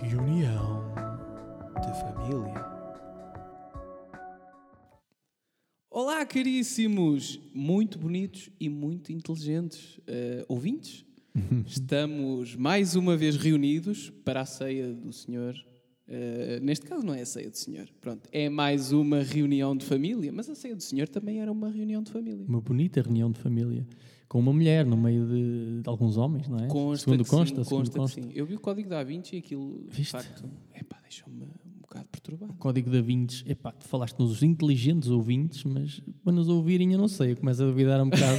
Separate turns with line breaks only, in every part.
Reunião de família.
Olá, caríssimos, muito bonitos e muito inteligentes eh, ouvintes.
Uhum.
Estamos mais uma vez reunidos para a ceia do Senhor. Eh, neste caso não é a ceia do Senhor, pronto, é mais uma reunião de família, mas a ceia do Senhor também era uma reunião de família.
Uma bonita reunião de família. Com uma mulher no meio de, de alguns homens, não é?
Consta
segundo
que
consta,
sim,
segundo
consta, que
consta.
sim. Eu vi o código da A20 e aquilo, de
Viste?
facto, epá, deixou-me um bocado perturbado.
Código da Vintes, epá, tu falaste nos inteligentes ouvintes, mas para nos ouvirem eu não sei, eu começo a duvidar um bocado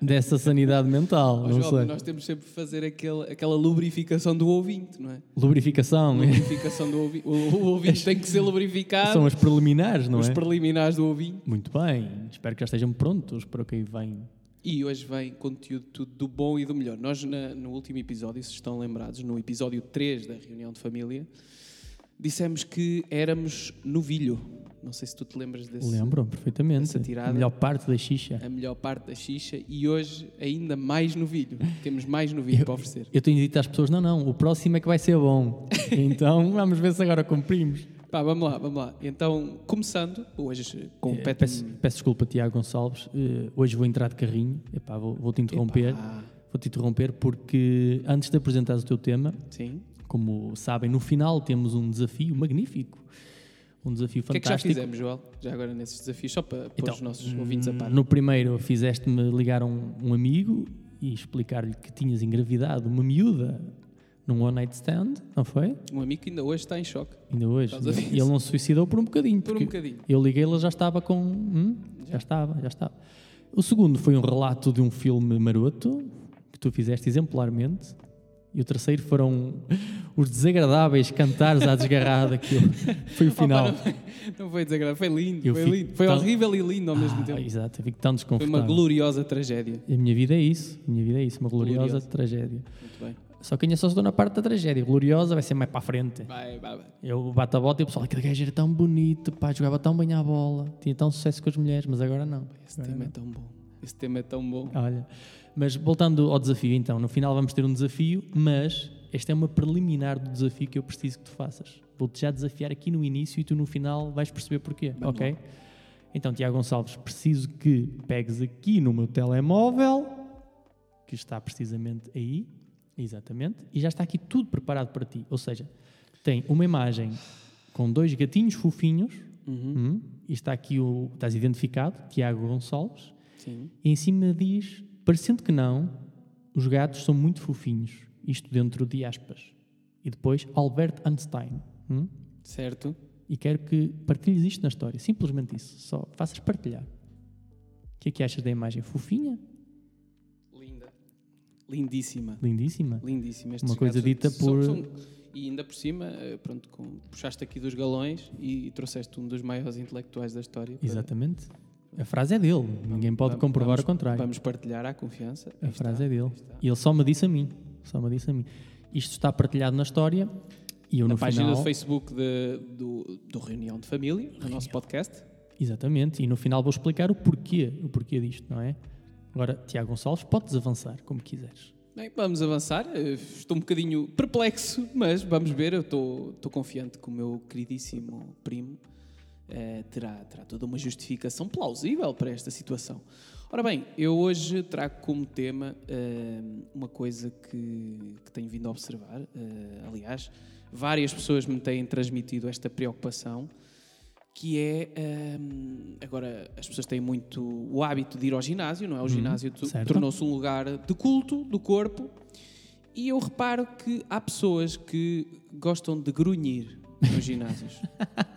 dessa sanidade mental,
Ó,
não
Job,
sei.
nós temos sempre que fazer aquele, aquela lubrificação do ouvinte, não é?
Lubrificação,
lubrificação do ouvi- o, o ouvinte tem que ser lubrificado.
são as preliminares, não
os
é?
preliminares do ouvinte.
Muito bem, espero que já estejam prontos para o que aí vem.
E hoje vem conteúdo tudo do bom e do melhor. Nós, na- no último episódio, se estão lembrados, no episódio 3 da reunião de família, dissemos que éramos novilho. Não sei se tu te lembras desse.
Lembram perfeitamente.
essa
A
tirada.
melhor parte da xixa.
A melhor parte da xixa e hoje ainda mais novilho. Temos mais novilho para oferecer.
Eu tenho dito às pessoas: não, não, o próximo é que vai ser bom. então vamos ver se agora cumprimos.
Pá, vamos lá, vamos lá. Então, começando, hoje com um
Eh,
o Pet
peço, peço desculpa, Tiago Gonçalves. eh, hoje vou entrar de carrinho. Epá, vou, te interromper.
Epá.
Vou te interromper porque antes de apresentares o teu tema,
Sim.
como sabem, no final temos um desafio magnífico. Um desafio
O que é que já
fantástico.
fizemos, Joel? Já agora nesses desafios, só para pôr
Então,
os nossos ouvintes a par.
no primeiro, fizeste-me ligar a um, um amigo e explicar-lhe que tinhas engravidado uma miúda num one night stand, não foi?
Um amigo que ainda hoje está em choque.
Ainda hoje.
Estás a ver?
E ele não se suicidou por um bocadinho.
Por um
porque
bocadinho.
Eu liguei, ele já estava com. hum, já. estava, já estava. O segundo foi um relato de um filme maroto que tu fizeste exemplarmente. E o terceiro foram os desagradáveis cantares à desgarrada que eu, foi o final.
Opa, não, não foi desagradável, foi lindo,
Eu
foi
fico
lindo. Foi
tão-
horrível e lindo ao mesmo
Ah,
tempo.
Exato, eu fico tão
Foi uma
desconfortável.
gloriosa tragédia.
A minha vida é isso, a minha vida é isso, uma gloriosa,
Gloriosa.
tragédia.
Muito bem.
Só que ainda só estou na parte da tragédia, gloriosa vai ser mais para a frente.
Vai, vai, vai.
Eu bato a bola e o pessoal, aquele gajo era tão bonito, pá, jogava tão bem à bola, tinha tão sucesso com as mulheres, mas agora não.
Esse tema é tão bom. Esse tema é tão bom.
Olha, mas voltando ao desafio então, no final vamos ter um desafio, mas esta é uma preliminar do desafio que eu preciso que tu faças. Vou-te já desafiar aqui no início e tu no final vais perceber porquê, ok? Então, Tiago Gonçalves, preciso que pegues aqui no meu telemóvel, que está precisamente aí, exatamente, e já está aqui tudo preparado para ti. Ou seja, tem uma imagem com dois gatinhos fofinhos, hum, e está aqui o. estás identificado, Tiago Gonçalves.
Sim.
E em cima diz: parecendo que não, os gatos são muito fofinhos. Isto dentro de aspas. E depois, Albert Einstein. Hum?
Certo?
E quero que partilhes isto na história. Simplesmente isso. Só faças partilhar. O que é que achas da imagem? Fofinha?
Linda. Lindíssima.
Lindíssima?
Lindíssima. Estes
Uma coisa
gatos
dita por-
e ainda por cima, eh, pronto, com- puxaste aqui dos galões e trouxeste um dos maiores intelectuais da história. para-
Exatamente. A frase é dele. Ninguém pode
vamos-
comprovar
vamos-
o contrário.
Vamos partilhar à confiança.
A
Aí
frase
está,
é dele.
aí está.
E ele só me disse a mim. Só me disse a mim. Isto está partilhado na história. E eu
Na
no
página
final...
do Facebook de- do, do Reunião de Família, do nosso podcast.
Exatamente, e no final vou explicar o porquê, o porquê disto, não é? Agora, Tiago Gonçalves, podes avançar como quiseres.
Bem, vamos avançar. Eh, Estou um bocadinho perplexo, mas vamos ver. Eu estou, estou confiante que o meu queridíssimo primo eh, terá, terá toda uma justificação plausível para esta situação. Ora bem, eu hoje trago como tema eh, uma coisa que, que tenho vindo a observar. eh, aliás, várias pessoas me têm transmitido esta preocupação que é hum, agora as pessoas têm muito o hábito de ir ao ginásio, não é? O ginásio tu-
certo.
tornou-se um lugar de culto do corpo e eu reparo que há pessoas que gostam de grunhir nos ginásios.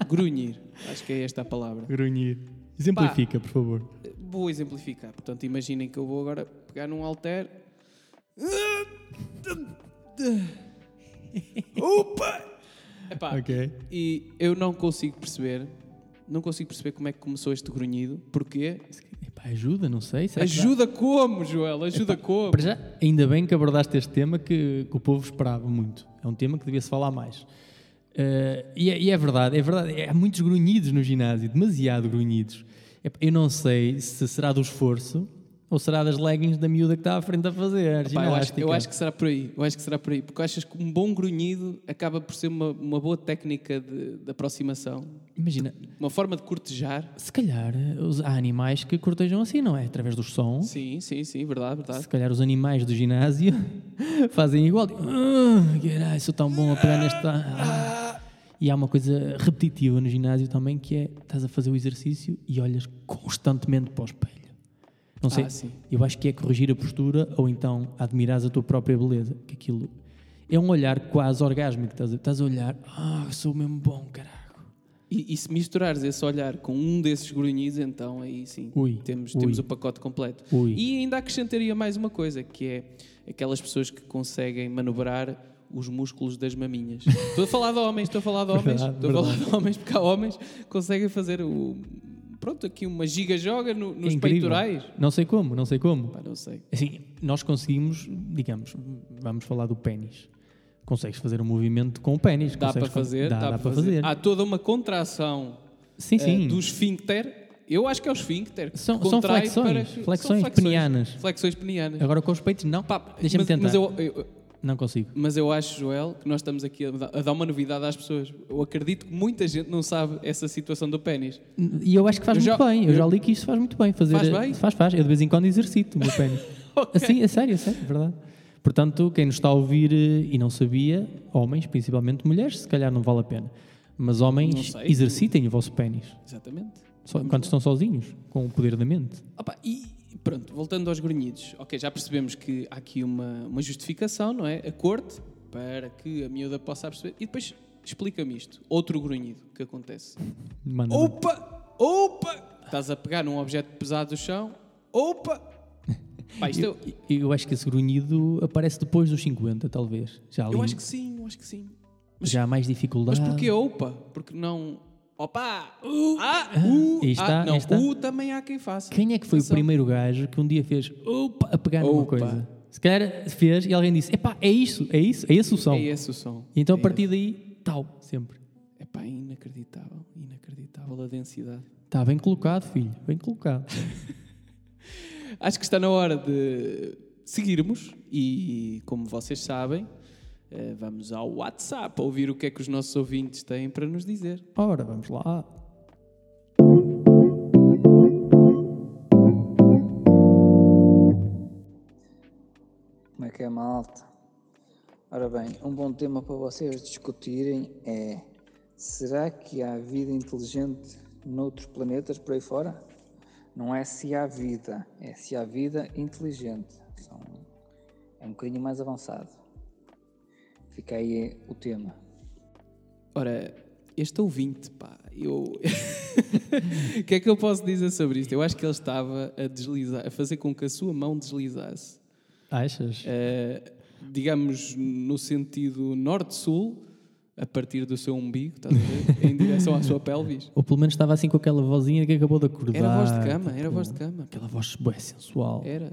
grunhir, acho que é esta a palavra.
Grunhir. Exemplifica, por favor.
Vou exemplificar. Portanto, imaginem que eu vou agora pegar num halter. Opa! Epá,
Ok.
E eu não consigo perceber, não consigo perceber como é que começou este grunhido. Porquê?
Epá, ajuda, não sei. será que dá?
Ajuda como, Joel? Ajuda como?
Para já, ainda bem que abordaste este tema que, que o povo esperava muito. É um tema que devia-se falar mais. Eh, e, é, e é verdade, é verdade. Há muitos grunhidos no ginásio, demasiado grunhidos. Epá, Eu não sei se será do esforço Ou será das leggings da miúda que está à frente a fazer?
Pá, eu, acho,
ginástica?
eu acho que será por aí. Eu acho que será por aí. Porque achas que um bom grunhido acaba por ser uma, uma boa técnica de, de aproximação,
Imagina,
uma forma de cortejar.
se calhar eh, os- há animais que cortejam assim, não é? Através do som.
Sim, sim, sim, verdade, verdade. Ah,
Se calhar os animais do ginásio fazem igual. Ah, caralho, sou tão bom a pegar nesta. Ah. E há uma coisa repetitiva no ginásio também que é: estás a fazer o exercício e olhas constantemente para o espelho. Não sei,
Ah, sim.
eu acho que é corrigir a postura ou então admirares a tua própria beleza. Que aquilo é um olhar quase orgásmico. Estás a, estás a olhar, ah, sou mesmo bom, caraca.
E, e se misturares esse olhar com um desses grunhidos, então aí sim
Ui,
temos,
ui.
temos o pacote completo.
Ui.
E ainda acrescentaria mais uma coisa, que é aquelas pessoas que conseguem manobrar os músculos das maminhas. estou a falar de homens, estou a falar de homens,
Verdade,
estou a falar de homens, porque há homens que conseguem fazer o, pronto, aqui uma giga-joga no-
É
nos
incrível.
peitorais.
Não sei como, não sei como.
Pá, não sei.
Assim, nós conseguimos, digamos, vamos falar do pênis. Consegues fazer um movimento com o pênis.
Dá para
consegues fa-
fazer,
Dá,
dá,
dá
para fazer. Ah, Há toda uma contração
sim, sim.
eh, do esfíncter. Eu acho que é o esfíncter. que
São- são
contrai
flexões,
para que-
flexões penianas.
Flexões penianas.
Agora com os peitos, não.
Pá,
Deixa-me
mas-
tentar.
Mas eu, eu-
Não consigo.
mas eu acho, Joel, que nós estamos aqui a da- a dar uma novidade às pessoas. Eu acredito que muita gente não sabe essa situação do pênis.
E eu acho que faz
Eu
muito
já-
bem. Eu,
eu-
já li que isto faz muito bem. Fazer,
Faz bem?
Faz, faz. Eu de vez em quando exercito o meu pênis. Assim, é sério, é sério, é verdade. Portanto, quem nos está a ouvir eh, e não sabia, homens, principalmente mulheres, se calhar não vale a pena. Mas homens,
Não sei.
exercitem o vosso pênis.
Exatamente.
Só Quando estão sozinhos, com o poder da mente.
Opa, e pronto, voltando aos grunhidos. Ok, já percebemos que há aqui uma, uma justificação, não é? A corte, para que a miúda possa perceber. E depois explica-me isto. Outro grunhido que acontece.
Manda
Opa! Opa! Estás a pegar num objeto pesado do chão. Opa! Pá, isto é eu,
E Eu acho que esse grunhido aparece depois dos 50, talvez. Já ali,
eu acho que sim, eu acho que sim.
já há mais dificuldade.
Mas porquê opa? Porque não. Opa! ah! Uh!
Aí está,
ah, não,
aí está.
uh também há quem faça.
Quem é que foi
Atenção.
o primeiro gajo que um dia fez opa a pegar numa
Opa.
coisa? Se calhar fez e alguém disse: epá, é isso, é isso, é esse o som.
É esse o som.
E então
É
a partir daí, tal, sempre.
esse. É pá, inacreditável. Inacreditável a densidade.
Está bem colocado, filho, bem colocado.
Acho que está na hora de seguirmos e, como vocês sabem, eh, vamos ao WhatsApp ouvir o que é que os nossos ouvintes têm para nos dizer.
Ora, vamos lá.
Como é que é, malta? Ora bem, um bom tema para vocês discutirem é: será que há vida inteligente noutros planetas por aí fora? Não é se há vida, é se há vida inteligente. São- é um bocadinho mais avançado. Fica aí o tema.
Ora, este ouvinte, pá, eu. O que é que eu posso dizer sobre isto? Eu acho que ele estava a deslizar, a fazer com que a sua mão deslizasse.
Achas?
eh, digamos, no sentido norte-sul, a partir do seu umbigo, estás a ver? em direção à sua pelvis.
Ou pelo menos estava assim com aquela vozinha que acabou de acordar.
Era a voz de cama, era a voz de cama.
Aquela voz bué sensual.
Era.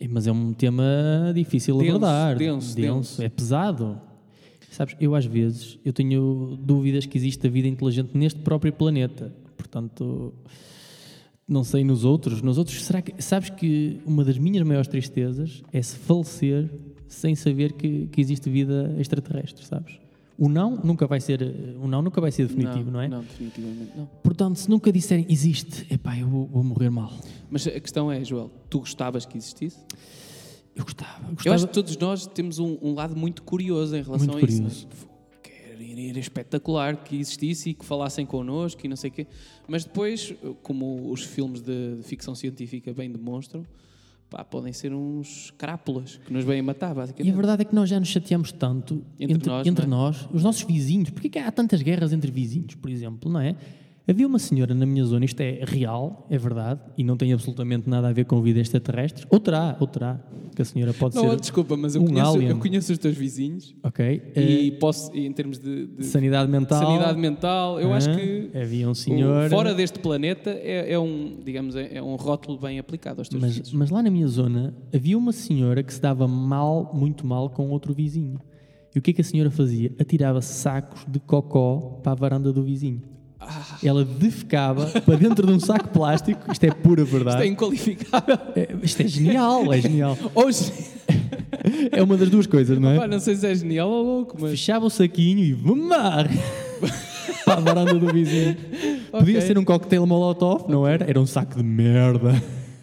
É, Mas é um tema difícil de
Denso,
abordar.
denso, denso.
É pesado. Sabes, eu às vezes eu tenho dúvidas que existe a vida inteligente neste próprio planeta. Portanto, não sei nos outros. Nos outros, será que. Sabes que uma das minhas maiores tristezas é se falecer sem saber que, que existe vida extraterrestre, sabes? O não nunca vai ser, o não nunca vai ser definitivo, não, é?
Não, definitivamente não.
Portanto, se nunca disserem existe, epá, eu vou, vou morrer mal.
Mas a questão é, Joel, tu gostavas que existisse?
Eu gostava. Eu,
Eu
gostava.
acho que todos nós temos um, um lado muito curioso em relação
Muito
a isso. não é?
curioso.
Tipo, Era era espetacular que existisse e que falassem connosco e não sei o quê. Mas depois, como os filmes de de ficção científica bem demonstram, pá, podem ser uns crápulas que nos vêm matar,
E a
basicamente.
verdade é que nós já nos chateamos tanto
Entre
entre, nós,
nós, não é?
os nossos vizinhos. Porquê que há tantas guerras entre vizinhos, por exemplo, não é? Havia uma senhora na minha zona, isto é real, é verdade, e não tem absolutamente nada a ver com vida extraterrestre. Ou terá, ou terá, que a senhora pode
Não,
ser.
desculpa, mas eu,
um
conheço,
alien. É
eu conheço os teus vizinhos
Ok.
e posso, e em termos de,
Eh,
de
sanidade mental.
sanidade mental, eu acho
Hã?
que
Havia um
o
senhor.
fora deste planeta é, é um, digamos, é é um rótulo bem aplicado aos teus vizinhos.
Mas, mas lá na minha zona havia uma senhora que se dava mal, muito mal, com outro vizinho. E o que é que a senhora fazia? Atirava sacos de cocó para a varanda do vizinho.
Ah.
Ela defecava para dentro de um saco plástico. Isto é pura
Isto é
verdade.
inqualificável.
É- Isto é genial, é genial.
Hoje,
É uma das duas coisas, não
pá,
é?
não sei se é genial ou louco, mas.
Fechava o saquinho e vamar para a varanda do vizinho. Podia
Ok.
ser um cocktail molotov, não era? Era um saco de merda.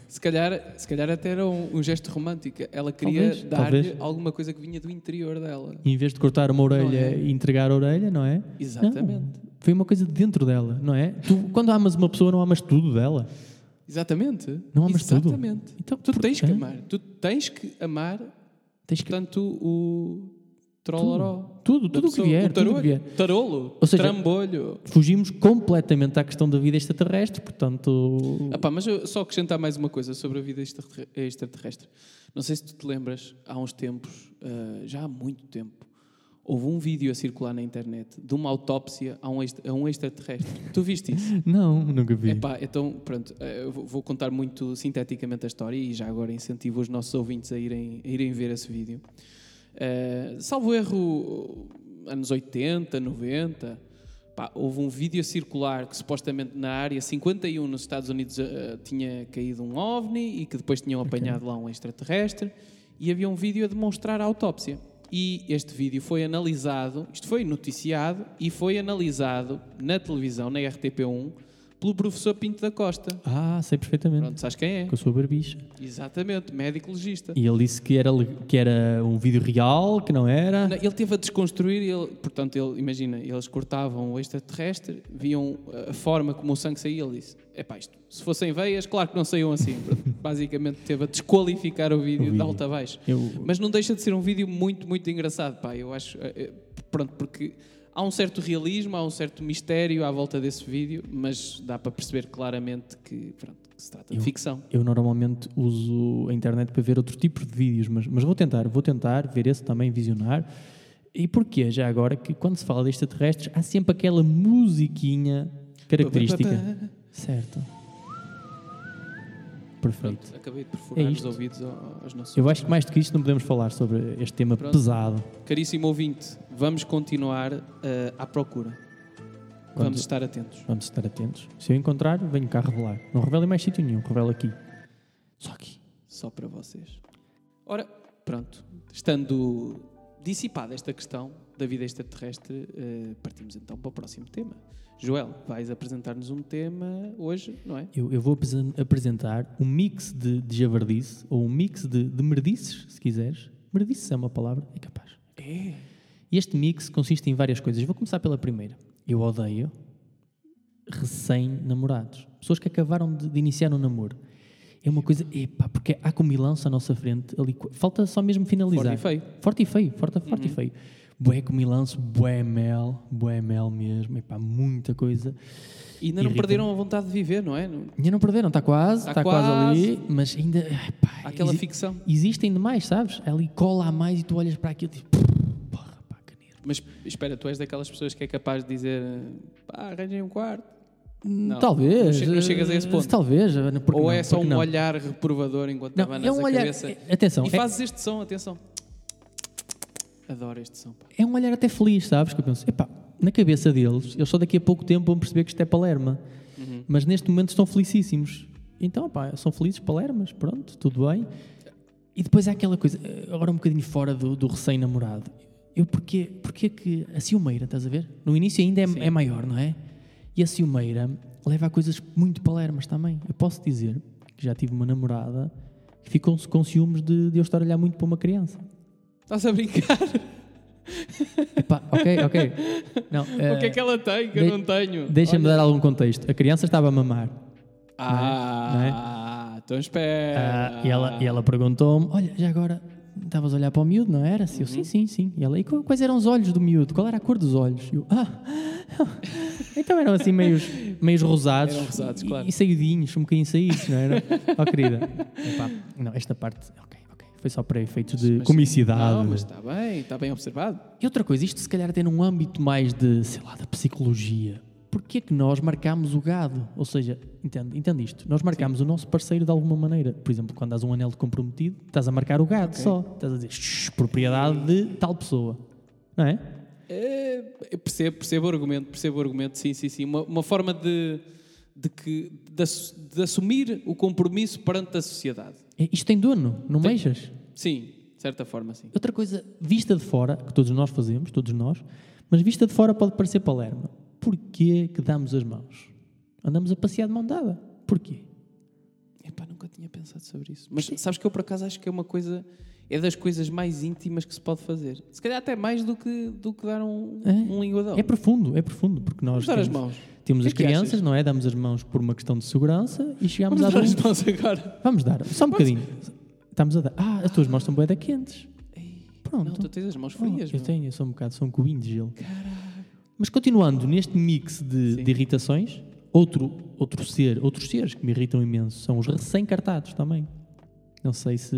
Se calhar, se calhar até era um, um gesto romântico. Ela queria
Talvez,
dar-lhe
talvez.
alguma coisa que vinha do interior dela.
Em vez de cortar uma orelha
Não é?
e entregar a orelha, não é?
Exatamente.
Não, foi uma coisa de dentro dela, não é? Tu, quando amas uma pessoa, não amas tudo dela.
Exatamente.
Não amas tudo?
Exatamente.
Então,
tu
por-
tens que
hã?
amar. Tu tens que amar
Tens que.
tanto o troloró.
Tudo,
da
tudo o que
pessoa.
vier,
O tarolho,
tudo o que vier.
Tarolo,
Ou seja-
trambolho.
Fugimos completamente à questão da vida extraterrestre, portanto.
Ah pá, mas eu só acrescentar mais uma coisa sobre a vida extraterre- extraterrestre. Não sei se tu te lembras, há uns tempos, ah, já há muito tempo, houve um vídeo a circular na internet de uma autópsia a um, extra- a um extraterrestre. tu viste isso?
Não, nunca vi.
Epá, então, pronto, eh, eu vou- vou contar muito sinteticamente a história e já agora incentivo os nossos ouvintes a irem, a irem ver esse vídeo. Eh, salvo erro, anos 80, 90, pá, houve um vídeo a circular que supostamente na área 51 nos Estados Unidos eh, tinha caído um ovni e que depois tinham apanhado lá um extraterrestre e havia um vídeo a demonstrar a autópsia. E este vídeo foi analisado, isto foi noticiado e foi analisado na televisão, na RTP1, pelo professor Pinto da Costa.
Ah, sei perfeitamente.
Pronto, sabes quem é?
Com a sua barbicha.
Exatamente, médico legista.
E ele disse que era, le- que era um vídeo real, que não era.
Não, Ele teve a desconstruir, ele, portanto, ele, imagina, eles cortavam o extraterrestre, viam eh, a forma como o sangue saía, ele disse, epá, isto, se fossem veias, claro que não saíam assim. Pronto, Basicamente teve a desqualificar o vídeo,
O
de
vídeo.
alta a baixo.
Eu-
Mas não deixa de ser um vídeo muito, muito engraçado, pá, eu acho, eh, eh, pronto, porque há um certo realismo, há um certo mistério à volta desse vídeo, mas dá para perceber claramente que, pronto, que se trata de ficção.
Eu normalmente uso a internet para ver outro tipo de vídeos, mas, mas vou tentar, vou tentar ver esse também, visionar. E porquê, já agora, que quando se fala de extraterrestres, há sempre aquela musiquinha característica. Certo. Perfeito.
Pronto, acabei de perfurar os
É isto.
ouvidos ao- aos nossos
Eu acho que mais do que isto não podemos falar sobre este tema pesado.
Caríssimo ouvinte, vamos continuar eh, à procura.
Quando-
Vamos estar atentos.
Vamos estar atentos. Se eu encontrar, venho cá revelar. Não revelo em mais sítio nenhum, revelo aqui. Só aqui.
Só para vocês. Ora, pronto. Estando dissipada esta questão da vida extraterrestre, eh, partimos então para o próximo tema. Joel, vais apresentar-nos um tema hoje, não é?
Eu, eu vou apresen- apresentar um mix de, de javardice, ou um mix de, de merdices, se quiseres. Merdices é uma palavra? É capaz.
É.
E Este mix consiste em várias coisas. Vou começar pela primeira. Eu odeio recém-namorados. Pessoas que acabaram de, de iniciar um namoro. É uma coisa, epá, porque há comilança à nossa frente. Ali, co- falta só mesmo finalizar.
Forte e feio. Uhum.
Forte e feio, forte, forte e feio. Bué comilanço, bué mel, bué mel mesmo, epá, muita coisa.
E ainda não
Irrita-me.
perderam a vontade de viver, não é? Não-
Ainda não perderam, está quase,
Tá
está quase.
quase.
ali, mas ainda. Epá,
Há aquela
exi-
ficção.
Existe ainda mais, sabes? Ali cola a mais e tu olhas para aquilo e tipo, porra, pá, que nervo.
Mas espera, tu és daquelas pessoas que é capaz de dizer eh, pá, arranjem um quarto. Não, não
talvez. eh,
che- não chegas a esse ponto.
Talvez. porque
Ou
não,
é só
porque
um
não.
olhar reprovador enquanto
Não,
abanas
é um
a
olhar.
cabeça?
é- atenção,
E
é,
fazes este som, atenção. Adoro este som. pá.
é um olhar até feliz, sabes? Que eu penso, epá, na cabeça deles, eles só daqui a pouco tempo vão perceber que isto é Palerma.
Uhum.
Mas neste momento estão felicíssimos. Então, pá, são felizes Palermas, pronto, tudo bem. E depois há aquela coisa, eh, agora um bocadinho fora do, do recém-namorado. Eu porquê, porquê que a ciumeira, estás a ver? No início ainda é, é maior, não é? E a ciumeira leva a coisas muito palermas também. Eu posso dizer que já tive uma namorada que ficou com ciúmes de, de eu estar a olhar muito para uma criança.
Estás a brincar?
Epá, ok, ok. Não,
o que é que ela tem que eu
de- é?
não tenho?
Deixa-me
Olha.
dar algum contexto. A criança estava a mamar.
Ah,
é?
então espera.
Ah, e ela, e ela perguntou-me: Olha, já agora estavas a olhar para o miúdo, não era? Se Eu,
Uhum.
sim, sim, sim. E ela: E qu- quais eram os olhos do miúdo? Qual era a cor dos olhos? E Eu, ah, então eram assim meios, meios rosados.
Eram rosados,
e,
claro.
E saídinhos, um bocadinho saídos, não era? oh, querida. Epá, não, esta parte, ok, ok. Foi só para efeitos de comicidade.
Não, mas está bem, está bem observado.
E outra coisa, isto se calhar até num âmbito mais de, sei lá, da psicologia. Porquê é que nós marcamos o gado? Ou seja, entende, entende isto? Nós marcamos o nosso parceiro de alguma maneira. Por exemplo, quando dás um anel de comprometido, estás a marcar o gado só. Estás a dizer, "Shh, propriedade de tal pessoa. Não é?
É, eu percebo, percebo o argumento, percebo o argumento, sim, sim, sim. Uma, uma forma de, de, que, de, ass- de assumir o compromisso perante a sociedade.
É, Isto tem dono, não meijas?
Sim, de certa forma, sim.
Outra coisa, vista de fora, que todos nós fazemos, todos nós, mas vista de fora pode parecer palerma. Porquê que damos as mãos? Andamos a passear de mão dada. Porquê?
Epá, nunca tinha pensado sobre isso. Mas sabes que eu, por acaso, acho que é uma coisa... É das coisas mais íntimas que se pode fazer. Se calhar até mais do que, do que dar um,
É.
um linguadão.
É profundo, é profundo, porque nós
Vamos dar as
temos,
mãos.
temos
O que
as
é que
crianças,
achas?
não é? Damos as mãos por uma questão de segurança e chegamos
Vamos
à
dar as
adultos.
mãos agora.
Vamos dar, só um bocadinho. Estamos a dar. Ah, as tuas mãos estão boeda quentes. Pronto.
Não, tu tens as mãos
Oh,
frias.
eu
meu.
tenho, eu sou um bocado, sou um cubinho de gelo. Mas continuando neste mix de, de irritações, outro, outro ser, outros seres que me irritam imenso são os recém-cartados também. Não sei se,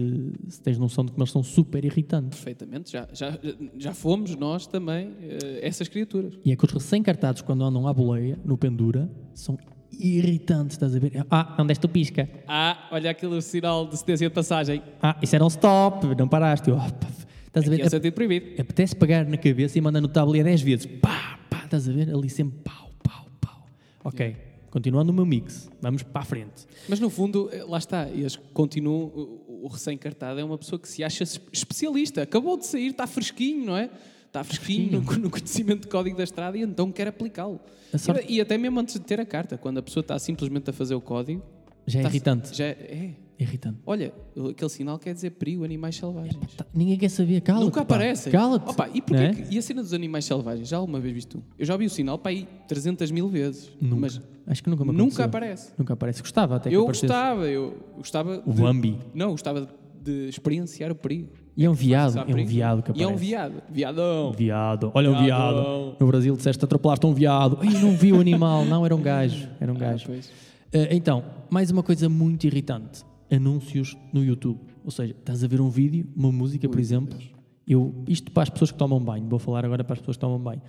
se tens noção de como eles são super irritantes.
Perfeitamente. Já, já, já fomos nós também eh, essas criaturas.
E é que os recém-cartados, quando andam à boleia, no pendura, são irritantes, estás a ver? Ah, não deste o pisca.
Ah, olha aquele sinal de cedência de passagem.
Ah, isso era um stop, não paraste. Eu, ah, pá, estás a
Que
ver?
é o sentido proibido.
Apetece pegar na cabeça e mandar no tabuleiro 10 vezes. Pá, pá, estás a ver? Ali sempre pau, pau, pau. Ok, continuando o meu mix. Vamos para a frente.
Mas no fundo, eh, lá está, eles continuam. O, o recém-cartado é uma pessoa que se acha es- especialista, acabou de sair, está fresquinho, não é? Está fresquinho no, no conhecimento de código da estrada e então quer aplicá-lo.
A sorte-
E, e até mesmo antes de ter a carta, quando a pessoa está simplesmente a fazer o código.
Já é
está-
irritante.
Já é.
Irritante.
Olha, aquele sinal quer dizer perigo, animais selvagens.
Tá, ninguém quer saber. Cala-te.
Nunca
pá.
aparecem.
Cala-te.
Opa, e, porquê
Não é?
que- e a cena dos animais selvagens? Já alguma vez viste tu? Eu já vi o sinal para aí 300 mil vezes.
Nunca.
Mas
Acho que nunca me
nunca
aconteceu.
aparece.
Nunca aparece. Gostava até que
eu
aparecesse.
gostava, eu gostava.
O
de-
Bambi.
Não, gostava de experienciar o perigo.
E é um viado.
Sabe
É um
perigo?
viado que aparece.
E é um viado. Viadão.
Viado. Olha um
Viadão.
viado. No Brasil disseste atropelaste um viado. Ai, não vi o animal. Não, era um gajo. Era um gajo.
Ah, pois.
Eh, então, mais uma coisa muito irritante. Anúncios no YouTube. Ou seja, estás a ver um vídeo, uma música, por exemplo. Eu, isto para as pessoas que tomam banho. Vou falar agora para as pessoas que tomam banho.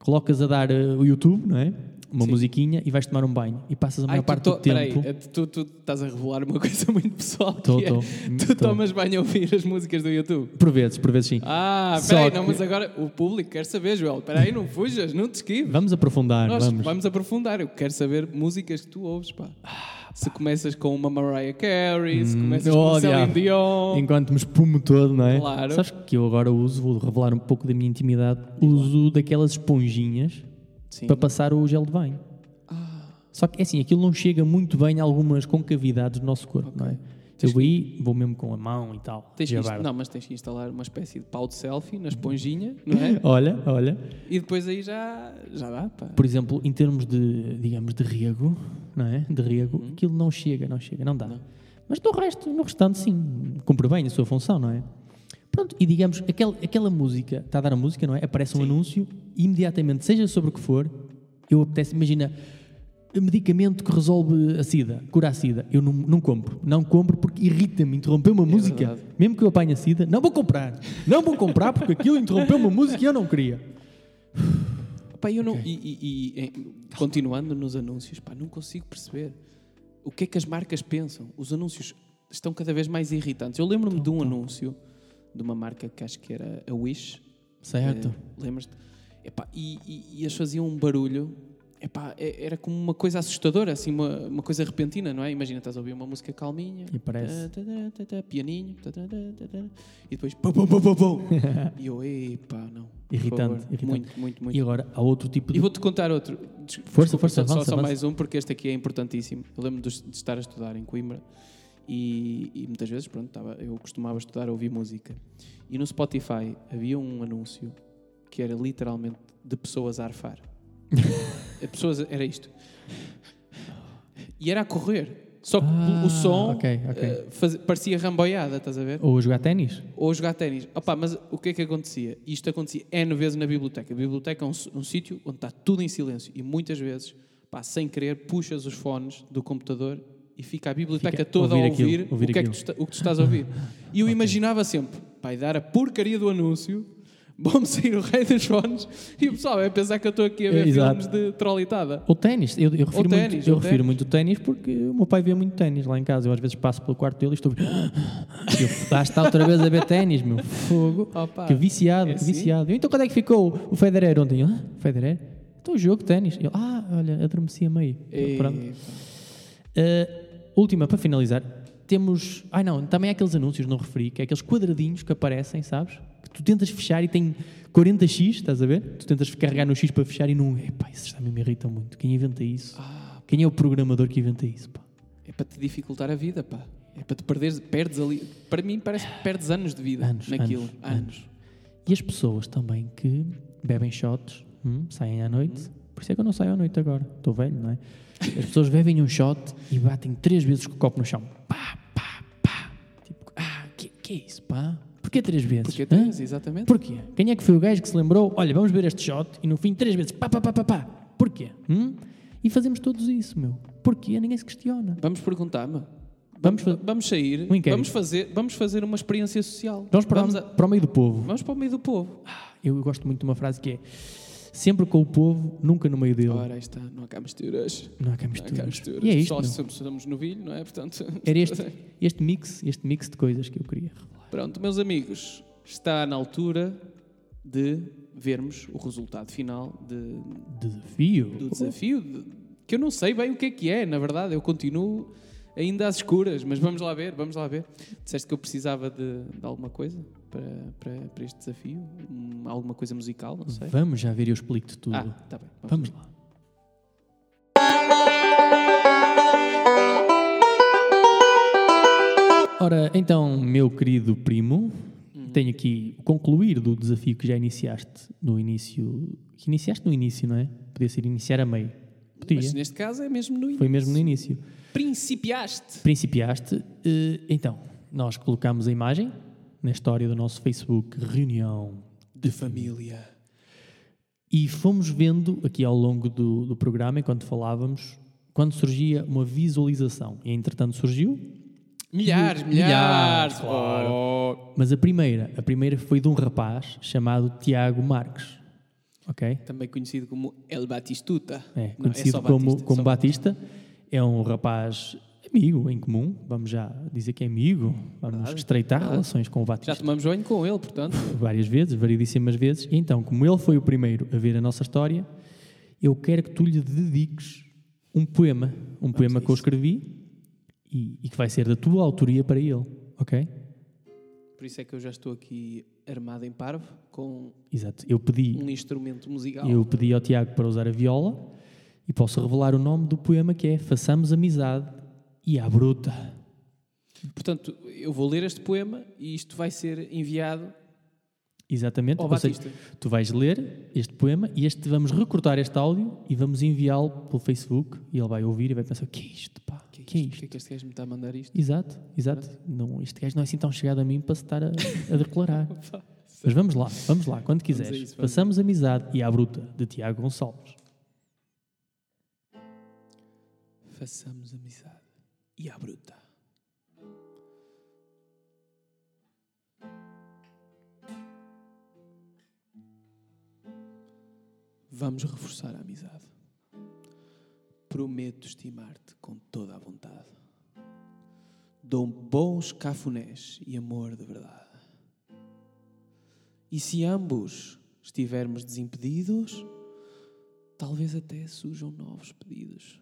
Colocas a dar eh, o YouTube, não é? Uma musiquinha e vais tomar um banho. E passas a maior
Ai, tu,
parte
to...
do tempo...
Peraí, eh, é, tu, tu estás a revelar uma coisa muito pessoal.
Tô,
que é,
tô.
tu
Tô.
tomas banho a ouvir as músicas do YouTube.
Por vezes, por vezes sim.
Ah,
Só
peraí, não,
que-
mas agora o público quer saber, Joel. Peraí, não fujas, não te esquives.
Vamos aprofundar,
Nós
vamos.
vamos. aprofundar. Eu quero saber músicas que tu ouves, pá. Se começas com uma Mariah Carey, se começas com
oh,
o Celine
diabo.
Dion.
Enquanto me espumo todo, não é?
assim, Claro.
Sabes que eu agora uso, vou revelar um pouco da minha intimidade, uso daquelas esponjinhas
Sim. Ah.
para passar o gel de banho. Só que é assim, aquilo não chega muito bem a algumas concavidades do nosso corpo, não é? eu aí vou mesmo com a mão e tal.
Tens que inst-
jabardo.
Não, mas tens que instalar uma espécie de pau de selfie
Hum.
na esponjinha, não é?
Olha, olha.
e depois aí já, já dá, pá.
Por exemplo, em termos de, digamos, de rego, não é? De rego, aquilo não chega, não chega, não dá. Mas no resto, no restante, sim, cumpre bem a sua função, não é? Pronto, e digamos, aquela, aquela música, está a dar a música, não é? Aparece um anúncio, e imediatamente, seja sobre o que for, eu apetece, imagina, medicamento que resolve a sida, cura a sida. Eu não, não compro, não compro porque irrita-me interromper uma música,
verdade.
mesmo que eu apanhe a sida, não vou comprar, não vou comprar porque aquilo interrompeu uma música e eu não queria.
Pá, eu não. E, e- e, eh, continuando nos anúncios, pá, não consigo perceber o que é que as marcas pensam. Os anúncios estão cada vez mais irritantes. Eu lembro-me de um anúncio de uma marca que acho que era a Wish.
Certo.
Eh, Lembras-te? Epá, E, e, e eles faziam um barulho. Epá, é- era como uma coisa assustadora, assim, uma, uma coisa repentina, não é? Imagina, estás a ouvir uma música calminha.
E parece.
tá, tá, tá, tá, pianinho. tá, tá, tá, tá, e depois. Pum, pum, pum, pum, pum. e eu, epá, não. por
Irritante,
favor.
irritante.
Muito, muito, muito.
E agora há outro tipo de.
E vou-te contar outro. Des-
Força,
desculpa,
força,
só,
avança,
só
avança.
mais um, porque este aqui é importantíssimo. Eu lembro de, de estar a estudar em Coimbra e, e muitas vezes, pronto, estava- eu costumava estudar a ouvir música. E no Spotify havia um anúncio que era literalmente de pessoas a arfar. A pessoas, a- era isto. E era a correr. Só que
Ah,
o som
ok, ok.
eh, faz- parecia ramboiada, estás a ver?
Ou a jogar ténis?
ou a jogar ténis. Opa, mas o que é que acontecia? Isto acontecia N vezes na biblioteca. A biblioteca é um, s- um sítio onde está tudo em silêncio e muitas vezes, pá, sem querer, puxas os fones do computador e fica a biblioteca
Fica a
toda
ouvir
a ouvir
aquilo, ouvir
o, que é que
aquilo.
tu, esta- o que tu estás a ouvir. E eu imaginava sempre, vai dar a porcaria do anúncio, Vão-me sair o rei dos fones e o pessoal vai pensar que eu estou aqui a ver
Exato.
filmes de trolitada.
Ou ténis, eu, eu refiro,
ténis,
muito, eu
ou
refiro
ténis.
muito ténis porque o meu pai vê muito ténis lá em casa. Eu às vezes passo pelo quarto dele e estou. Eu, lá está outra vez a ver ténis, meu. Fogo.
Opa.
que viciado,
é
que
assim?
viciado. Eu, Então quando é que ficou o Federer ontem? Eu, Ah, Federer? Então o jogo de ténis. Eu, Ah, olha, adormeci a meio. Eu, Pronto.
E-
Uh, última, para finalizar, temos. Ai não, também há aqueles anúncios, não referi, que é aqueles quadradinhos que aparecem, sabes? Que tu tentas fechar e tem 40x, estás a ver? Tu tentas carregar no X para fechar e não. Epá, isso também me irrita muito. Quem inventa isso?
Ah,
Quem é o programador que inventa isso? Pá?
é para te dificultar a vida, pá. É para te perderes, perdes ali. Para mim parece que perdes anos de vida
Anos,
naquilo.
anos, E as pessoas também que bebem shots, hum, saem à noite. Por isso é que eu não saio à noite agora. Estou velho, não é? As pessoas bebem um shot e batem três vezes com o copo no chão. Pá, pá, pá. Tipo, ah, que, que é isso, pá? Porquê três vezes?
Porque
Hã?
tens, exatamente.
Porquê? Quem é que foi o gajo que se lembrou? Olha, vamos ver este shot e no fim três vezes pá, pá, pá, pá, pá. Porquê? Hum? E fazemos todos isso, meu. Porquê? Ninguém se questiona.
Vamos perguntar-me.
Vamos fa-
Vamos sair,
Um inquérito.
vamos, fazer, vamos fazer uma experiência social.
Nós para,
vamos, a-
para o meio do povo.
vamos para o meio do povo.
Eu gosto muito de uma frase que é sempre com o povo, nunca no meio dele.
Ora, aí está, não há cá misturas.
Não há cá
Não há cá
misturas.
misturas.
E é isto,
Só
meu.
somos, somos novilho, não é? Portanto,
Era este, este mix, este mix de coisas que eu queria revelar.
Pronto, meus amigos, está na altura de vermos o resultado final de,
Desafio.
do desafio, de- que eu não sei bem o que é que é, na verdade, eu continuo ainda às escuras, mas vamos lá ver, vamos lá ver. Disseste que eu precisava de, de alguma coisa para, para, para este desafio? Hum, alguma coisa musical, não sei.
Vamos já ver, eu explico-te tudo.
Ah, tá bem.
Vamos lá. Ora, então, meu querido primo, tenho aqui o concluir do desafio que já iniciaste no início. Que iniciaste no início, não é? Podia ser iniciar a meio. Podia.
Mas neste caso é mesmo no
Foi
início.
mesmo no início.
Principiaste.
Principiaste. eh, Então, nós colocámos a imagem na história do nosso Facebook Reunião
De família.
E fomos vendo aqui ao longo do, do programa, enquanto falávamos, quando surgia uma visualização. E entretanto surgiu,
Milhares, milhares.
Milhares, claro. mas a primeira, a primeira foi de um rapaz chamado Tiago Marques. Ok?
Também conhecido como El Batistuta.
É,
Não,
conhecido
só
como,
Batista,
como
só
Batista. É um rapaz amigo em comum, vamos já dizer que é amigo, vamos estreitar relações com o Batista.
Já tomamos banho com ele, portanto.
várias vezes, variedíssimas vezes. E Então, como ele foi o primeiro a ver a nossa história, eu quero que tu lhe dediques um poema, um poema que eu escrevi e, e que vai ser da tua autoria para ele, ok?
Por isso é que eu já estou aqui armado em parvo, com
Exato. Eu pedi,
um instrumento musical.
eu pedi ao Tiago para usar a viola e posso revelar o nome do poema que é Façamos Amizade e à Bruta.
Portanto, eu vou ler este poema e isto vai ser enviado.
Exatamente.
Ó,
Ou seja,
Batista.
tu vais ler este poema e este vamos recortar este áudio e vamos enviá-lo pelo Facebook e ele vai ouvir e vai pensar: que é isto, pá? Que é isto?
Porquê é que este gajo me está a mandar isto?
Exato, exato. Não, este gajo não é assim tão chegado a mim para se estar a, a declarar. Mas vamos lá, vamos lá, quando quiseres.
isso, vamos.
Passamos amizade e à bruta, de Tiago Gonçalves.
Façamos amizade e à bruta. Vamos reforçar a amizade. Prometo estimar-te com toda a vontade. Dou bons cafunés e amor de verdade. E se ambos estivermos desimpedidos, talvez até surjam novos pedidos.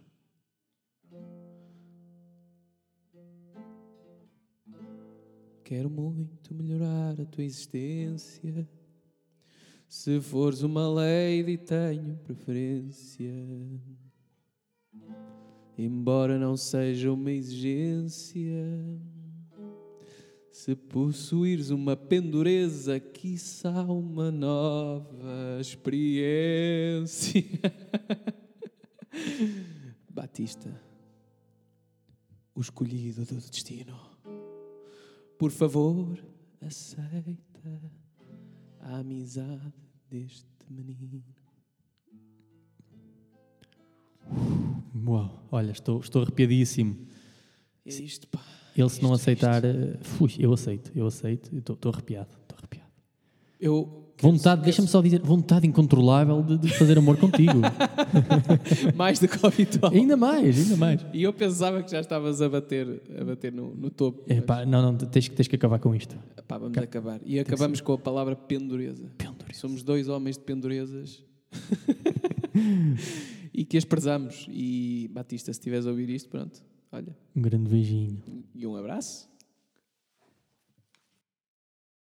Quero muito melhorar a tua existência. Se fores uma lady, tenho preferência. Embora não seja uma exigência. Se possuires uma pendureza, quiçá uma nova experiência. Batista, o escolhido do destino. Por favor, aceita a amizade deste menino.
Uau, olha, estou, estou arrepiadíssimo.
É isto, pá.
Ele, se não aceitar, eh, fui, eu aceito, eu aceito, eu estou estou arrepiado, estou arrepiado.
Eu
Vontade, deixa-me só dizer, vontade incontrolável de, de fazer amor contigo.
mais do que o habitual.
ainda mais, ainda mais.
E eu pensava que já estavas a bater, a bater no, no topo.
Epá, não, não, tens, que- tens que acabar com isto.
Pá, vamos acabar. E acabamos com a palavra pendureza. Somos dois homens de pendurezas. e que as prezamos. E Batista, se estiveres a ouvir isto, pronto. Olha.
Um grande beijinho.
E um abraço.